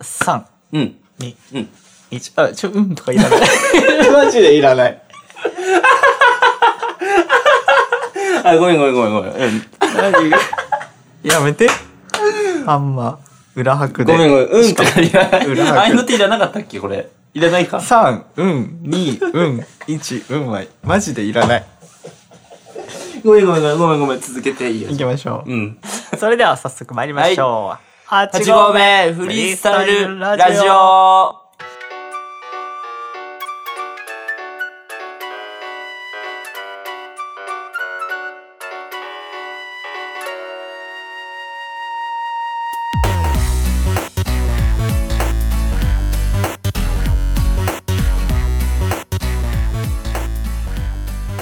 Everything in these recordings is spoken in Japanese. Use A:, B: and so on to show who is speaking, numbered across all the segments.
A: 3、
B: うん。
A: 2、
B: うん。
A: 1。あ、ちょ、うんとか言いながら。
B: マジでいらない。 あ、ごめんごめんごめんごめん。うん
A: やめて。あんま、裏拍で。
B: ごめんごめん。うんとかいらない。
A: 裏拍
B: 合いの手いらなかったっけこれ。いらないか。
A: 3、うん、2、うん、1、うんはい。マジでいらない。
B: ごめんごめんごめんごめんごめん。続けていいよ
A: 行。きましょ
B: うん。
A: う。それでは早速参りましょう。
B: 8号目、フリースタイルラジオ。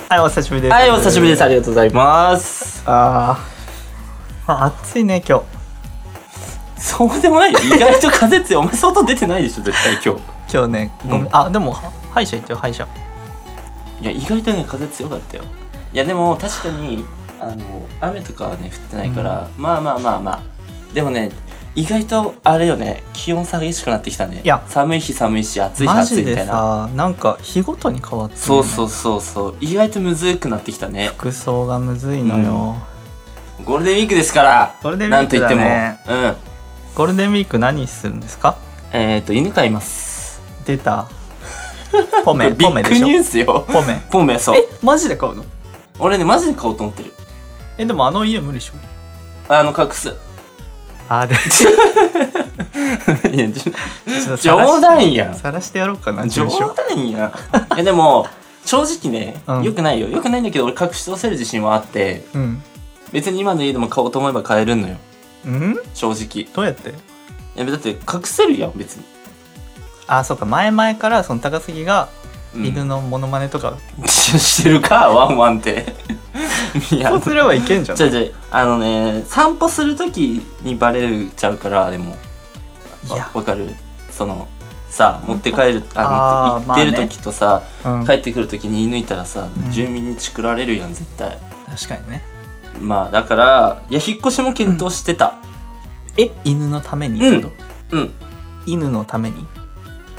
A: はい、お久しぶりです。
B: はい、お久しぶりです。あり
A: が
B: がとうございます。
A: あーまあ。暑いね、今日。
B: そうでもないよ。意外と風強い。お前相当出てないでしょ、絶対今
A: 今日ね、ごめん。
B: うん
A: あ、でも、歯医者行ってよ、歯医者。
B: 日。いや、意外とね、風強かったよ。いや、でも確かに、あの、雨とかはね、降ってないから、まあまあまあまあ。でもね、意外とあれよね、気温差激しくなってきたね。
A: いや
B: 寒い日寒いし、暑い日
A: マジ
B: 暑いみた
A: で
B: いな。
A: さ、なんか日ごとに変わってるよ
B: そ
A: ね
B: うそうそうそう。意外とむずくなってきたね。
A: 服装がむずいのよ。
B: ゴールデンウィークですから。
A: ゴールデンウィークだね
B: なんと言っても。
A: ゴールデンウィーク何するんですか
B: うん。えっ、と、犬飼います。
A: 出た。ポ メ、
B: ビ
A: ポメ
B: ッ
A: で
B: グニュ
A: しょ。
B: ースよ。
A: ポメ。
B: ポメ、そう。
A: え、マジで買うの
B: 俺ね、マジで買おうと思ってる。
A: え、でもあの家無理でしょ。
B: あの、隠 す。
A: あ、で、ち
B: いや、じ
A: ょっと
B: 冗
A: 晒して
B: 談やん。
A: さらしてやろうかな、
B: 冗
A: 住所。
B: 談や ん。いや、でも、正直ね
A: うん、
B: よくないよ。よくないんだけど、俺隠し通せる自信はあって、
A: うん。
B: 別に今の家でも買おうと思えば買えるのよ。
A: うん
B: 正直。い
A: どうやって
B: や、だって隠せるやん、別に。
A: あ、そうか、前々からその高杉が
B: うん
A: 犬のモノマネとか、
B: してるか、ワンワン って。いや
A: そう、すればいけんじゃん
B: じ。ゃじゃあのね、散歩するときにバレちゃうから、でも。
A: い
B: わ
A: や、
B: わかるその、さ、持って帰る、
A: あ
B: あ
A: ー
B: の、出る
A: まあね
B: ときとさ、
A: うん、
B: 帰
A: 確
B: ってくるときに言い抜いたらさ、
A: うん
B: 住民にチクられるやん絶対
A: かにね。
B: まあだからいや引っ越しも検討してた
A: え、犬のためにってこと
B: うん
A: 犬のために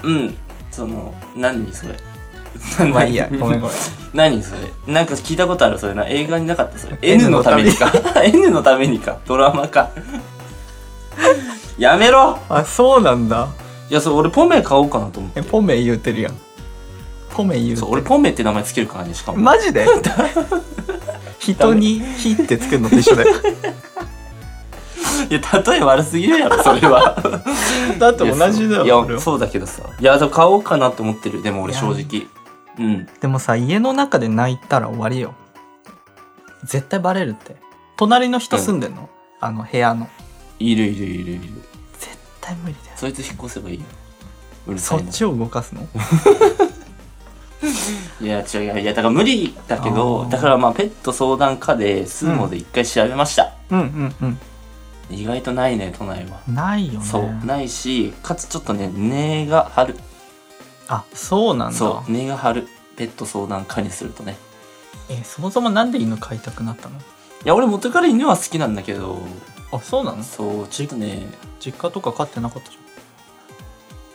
B: うん、その何それ
A: まあいい や、ごめんごめん。
B: 何それなんか聞いたことあるそれな映画になかった それ
A: N
B: N のためにか N のためにかドラマかやめろ
A: あ、そうなんだ。
B: いやそう俺ポメ買おうかなと思って
A: え、ポメ言うてるやん。ポメ言うて
B: そう
A: る。
B: 俺ポメって名前つけるからねしかも、
A: マジで 人に「火」ってつけるのと一緒だよ。
B: いや例え悪すぎ るやろそれは
A: だって同じだ
B: い
A: よ。
B: やそうい
A: 俺
B: や
A: は
B: そうだけどさいやでも買おうかなって思ってるでも俺
A: いや
B: 正直うん
A: でもさ家の中で泣いたら終わりよ。絶対バレるって。隣の人住んでんの、あの部屋の。
B: いるいるいるいる
A: 絶対無理だよ。
B: そいつ引っ越せばいいようるさ
A: そ
B: い
A: っ
B: な
A: ちを動かすの
B: いや違ういやだから無理だけ
A: あ
B: ど
A: ー
B: だからまあペット相談課でスーモで一回調べました、
A: うんうん
B: 意外とないね都内は、
A: うん。ないよね。
B: そうないしかつちょっとね根が張る
A: あそうなんだ。
B: そう根が張るペット相談課にするとね
A: えそもそもなんで犬飼いたくなったの
B: いや俺元から犬は好きなんだけど
A: あそうなの
B: そうちょっとね
A: 実家とか飼ってなかったじ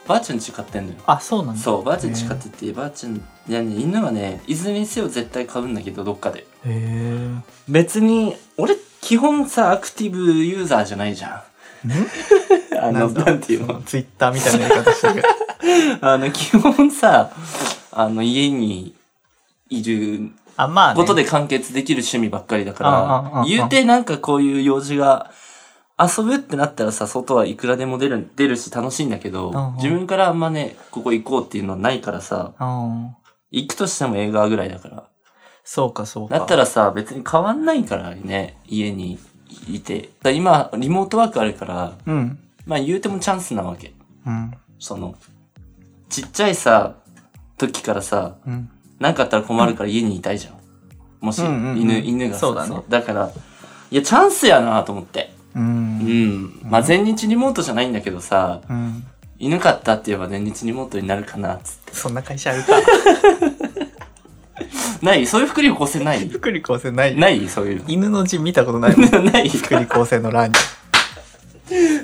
B: ばあちゃん家買ってんのよ
A: ゃん。あそうなんだ。
B: そうばあちゃん家買っててばあちゃんいやね犬はねいずれにせよ絶対買うんだけどどっかで
A: へえ。
B: 別に俺基本さアクティブユーザーじゃないじゃん あの
A: だ
B: なんていうの
A: ツイッターみたいな言い方してるけど。
B: あの基本さあの家にいる
A: あまあ、ね。
B: ことで完結できる趣味ばっかりだ
A: あああ
B: か
A: あ
B: ら言うてなんかこういう用事が遊ぶってなったらさ外はいくらでも出る出るし楽しいんだけ
A: あああ
B: ど自分からあんまねここ行こうっていうのはないからさ
A: うん。
B: 行くとしても映画ぐらいだから
A: そうかそうか。
B: だったらさ、別に変わんないからね、家にいて。だから今、リモートワークあるから、
A: うん。
B: まあ言うてもチャンスなわけ。
A: うん。
B: その、ちっちゃいさ、時からさ、
A: うん。
B: なんかあったら困るから家にいたいじゃん。もし、
A: うんうんうん
B: 犬、犬がさ
A: そうだね
B: だから、いや、チャンスやなと思って。
A: う。
B: うんん。まあ全日リモートじゃないんだけどさ、
A: うん。
B: 犬飼ったって言えば全日リモートになるかな、つっ
A: そんな会社ある か。
B: て。ないそういう福利厚生ない
A: 福利厚生ない。
B: ないそういう
A: 犬の字 見たことないもん。
B: の。ない
A: 福利厚生の欄に。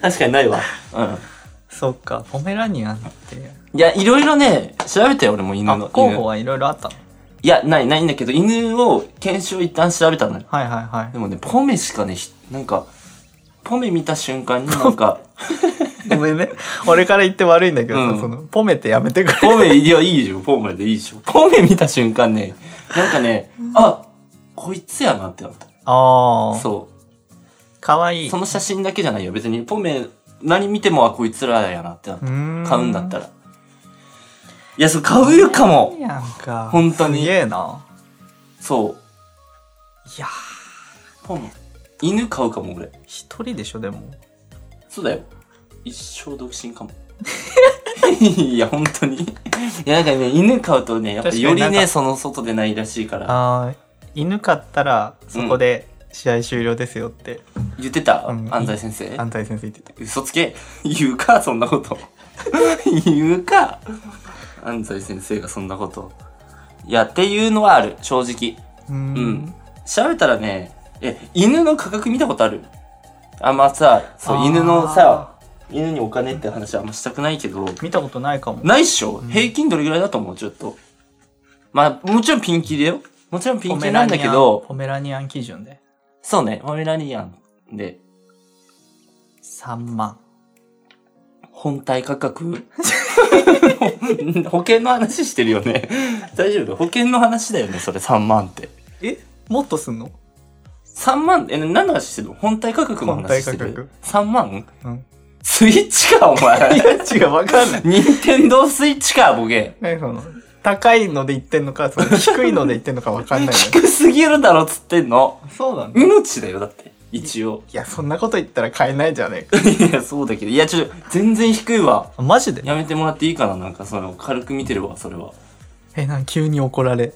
B: 確かにないわ。うん。
A: そっかポメラニアンって
B: いや、いろいろね、調べたよ、俺も犬
A: あ
B: の。
A: 候補
B: 犬
A: はいろいろあったの
B: いや、ない、ないんだけど、犬を検証一旦調べたのよ。
A: はいはいは
B: でもね、ポメしかね、ひなんか、ポメ見た瞬間になんか、
A: いごめんね 俺から言って悪いんだけどさ、
B: うん
A: そのポメってやめてくれ
B: ポメ、いや、いいでしょ、ポメでいいでしょ。ポメ見た瞬間ね、なんかね、あ、こいつやなってなった。
A: ああ
B: そ。
A: かわいうい
B: その写真だけじゃないよ。別に、ポメ、何見ても、あ、こいつらやなってなった。買うんだった
A: ら
B: ら。いや、そう、買うかも。
A: やんか
B: 本当に
A: すげえな
B: そう。
A: いや
B: ポメ。犬買うかも、俺。
A: ー一人でしょでも
B: そうだよ。一生独身かも。 いや、本当に。いや、なんかね、犬飼うとね、やっぱ
A: 確かに
B: より
A: なん
B: ね、
A: か
B: その外でないらしいから。
A: あー犬飼ったらそこで試合終了ですよって、
B: 言ってた、
A: うん
B: 安西先生。
A: 安西先生言ってた
B: 嘘つけ。言うか、そんなこと。言うか。安西先生がそんなこと。いや、っていうのはある、正直。
A: うーん
B: うん調べたらね、え、犬の価格見たことあるあんまさ、そ
A: あ
B: う、
A: ー
B: 犬のさ、犬にお金って話はあんましたくないけど、
A: 見たことないかも
B: ないっしょ、平均どれぐらいだと思うちょっと。まあ、もちろんピンキリだよ。もちろんピンキリなんだけど、
A: ポメラニアンポメラニアン基準で
B: そうね、ポメラニアンで、
A: 3万
B: 本体 価格保険の話してるよね。大丈夫保険の話だよね、それ3万って。
A: えもっとすんの
B: 3万え、何の話してるの本体価格の話して
A: 本体
B: る。3万
A: うん
B: スイッチか、お
A: い
B: 前。
A: や違うわかんない
B: ニンテンドースイッチか、ボケ。
A: 何その高いので言ってんのか その低いので言ってんのかわかんないのよ
B: 低すぎるだろ、つってんの。
A: そうなんだい
B: 命だよ、だって。一応。
A: やそんなこと言ったら買えないじゃねえ
B: いや、そうだけど。いや、ちょっと、全然低いわ。
A: か マジで
B: やめてもらっていいかななんか、その、軽く見てるわ、それは。
A: えなん急に怒 られ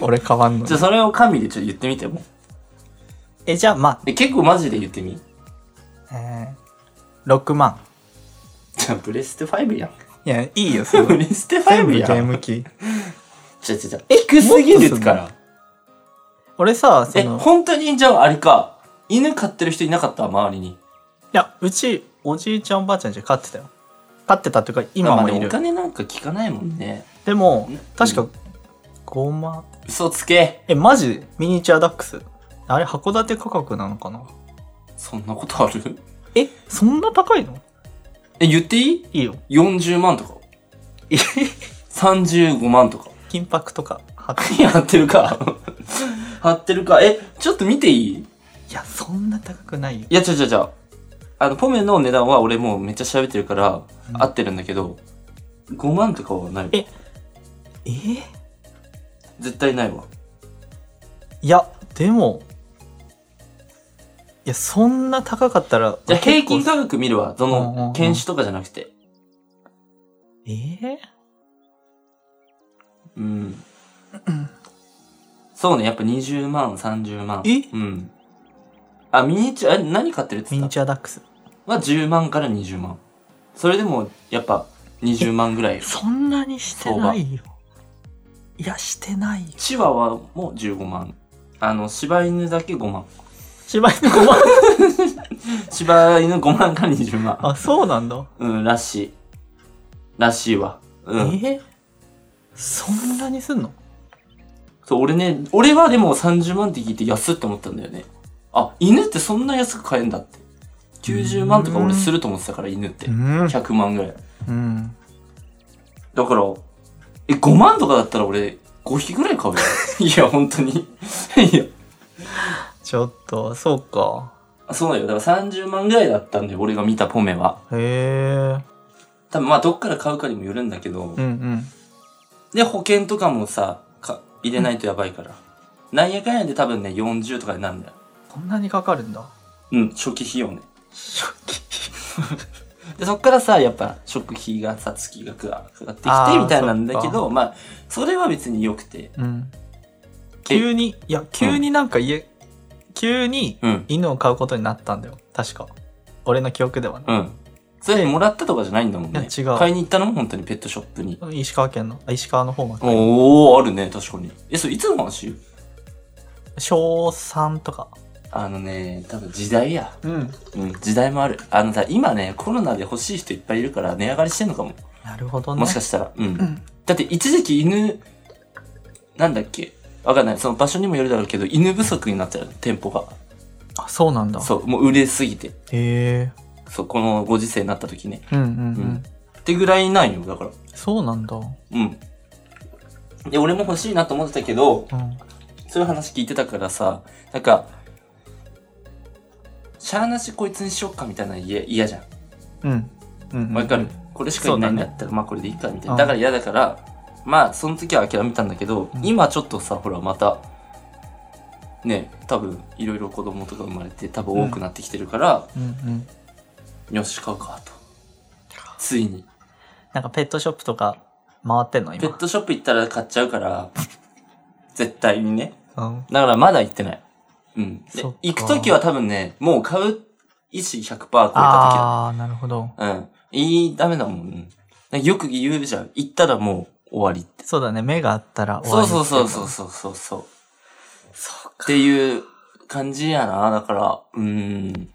A: 俺変わんのに
B: じゃあ、それを神でちょっと言ってみても。
A: えじゃあま
B: で、結構マジで言ってみ。
A: あ、えー、6万
B: じゃあ、プレステ5やん。
A: いやいいよそ
B: プ
A: れ
B: レス テ
A: 全部
B: 5
A: ゲ
B: や
A: ー
B: ん。
A: ム機
B: ちゃちゃちゃ。低すぎるか
A: も
B: ら。
A: 俺さそ
B: え、
A: の
B: 本当に、じゃあ、あれか。犬飼ってる人いなかった周りに。
A: いやうちおじいちゃんおばあちゃんじゃ飼ってたよ飼ってたというか今
B: まあ
A: も
B: まあ
A: い
B: ねお
A: る
B: 金なんか聞かないもんね。
A: でも
B: ん
A: 確か5万
B: 嘘つけ。
A: えマジミニチュアダックスあれ函館価格なのかな
B: そんなことある
A: えそんな高いの
B: え、言っていい
A: いいよ
B: ?40 万とか。35万とか。
A: 金箔とか貼って
B: 貼ってるか。貼ってるか。え、ちょっと見ていい
A: いやそんな高くないよ
B: いや、ちゃちゃちゃ。あの、ポメの値段は俺もうめっちゃ喋ってるから、
A: うん
B: 合ってるんだけど、5万とかはない。
A: ええー
B: 絶対ないわ。
A: いやでもいやそんな高かったら
B: じゃあ平均
A: 結構
B: 価格見るわ。ど
A: うんうんう
B: の
A: ん、
B: 犬種とかじゃなくて。
A: えー
B: うん。そうね、やっぱ20万、30万。
A: え
B: うん。あ、ミニチュア、え何買ってるって
A: ミ
B: 言っ
A: ニ
B: た
A: チュアダックス
B: は10万から20万。それでも、やっぱ、20万ぐらいよ。
A: そんなにしてないよいやしてないよ
B: チワワも15万。あの、柴犬だけ5万。
A: 芝居の5万
B: 柴犬5万から20万。
A: あそうなんだ
B: うん、らしい。らしいわ。うん。
A: えそんなにすんの
B: そう、俺ね、俺はでも30万って聞いて安って思ったんだよね。あ、犬ってそんな安く買えんだって。90万とか俺すると思ってたから、犬って。
A: ん
B: 100万ぐらい。
A: うん
B: だから、え、5万とかだったら俺、5匹ぐらい買うよ。 いや、本当に。いや、
A: ちょっとそうか
B: あそうだよ。だから30万ぐらいだったんで、俺が見たポメは。
A: へえ
B: 多分まあ、どっから買うかにもよるんだけど。
A: うんうん
B: で、保険とかもさ、か入れないとやばいから。なんやかんやで多分ね、40とかになるんだよ。
A: こんなにかかるんだ
B: うん、初期費用ね。
A: 初期
B: で、そっからさ、やっぱ、食費がさ、月額が上がって
A: あ
B: きて、
A: ー
B: みたいなんだけ
A: そ
B: ど、まあ、それは別に良くて。
A: うん急にいや急になんか家、急に
B: うん。
A: 犬を飼うことになったんだよ確か俺の記憶ではね、
B: うん。それもらったとかじゃないんだもんね。
A: いや違う
B: 買いに行ったのも本当にペットショップに。
A: 石川県のあ石川の方まで
B: おー、あるね、確かに。え、それいつの話
A: 小3とか
B: あのね、多分時代や。
A: うん。
B: うん、時代もある。あのさ、今ね、コロナで欲しい人いっぱいいるから値上がりしてんのかも。
A: なるほどね。
B: もしかしたら。うん。だって一時期犬、なんだっけわかんない。その場所にもよるだろうけど、犬不足になっちゃう。店舗が。
A: あ、そうなんだ。
B: そう、もう売れすぎて。
A: へえ。
B: そう、このご時世になった時ね。
A: うんうんうん。
B: うんってぐらいないよ、だから。
A: そうなんだ。
B: うん。で、俺も欲しいなと思ってたけど、
A: うん。
B: そういう話聞いてたからさ、なんか、しゃーなしこいつにしよっかみたいなの嫌嫌じゃん。
A: うん。うん。
B: わかる、
A: うん
B: これしかいないんだったら、まあこれでいいかみたい
A: うん
B: なだから嫌だからまあその時は諦めたんだけど、
A: うん
B: 今ちょっとさほらまたね多分いろいろ子供とか生まれて多分多くなってきてるから、
A: うんうん。
B: よし買うかとついに
A: なんかペットショップとか回ってんの
B: ペッ
A: 今。
B: トショップ行ったら買っちゃうから絶対にね
A: うん。
B: だからまだ行ってないうんで
A: そっか
B: 行く時は多分ねもう買う意思100%超えた時だ
A: ああ、なるほど。
B: うんいいダメだもん、うんなんかよく言うじゃん行ったらもう終わりって
A: そうだね。目があったら終わ
B: そう
A: り
B: そうそ
A: う。
B: うそうそうそうそう。そうっていう感じやな。だから、うーん。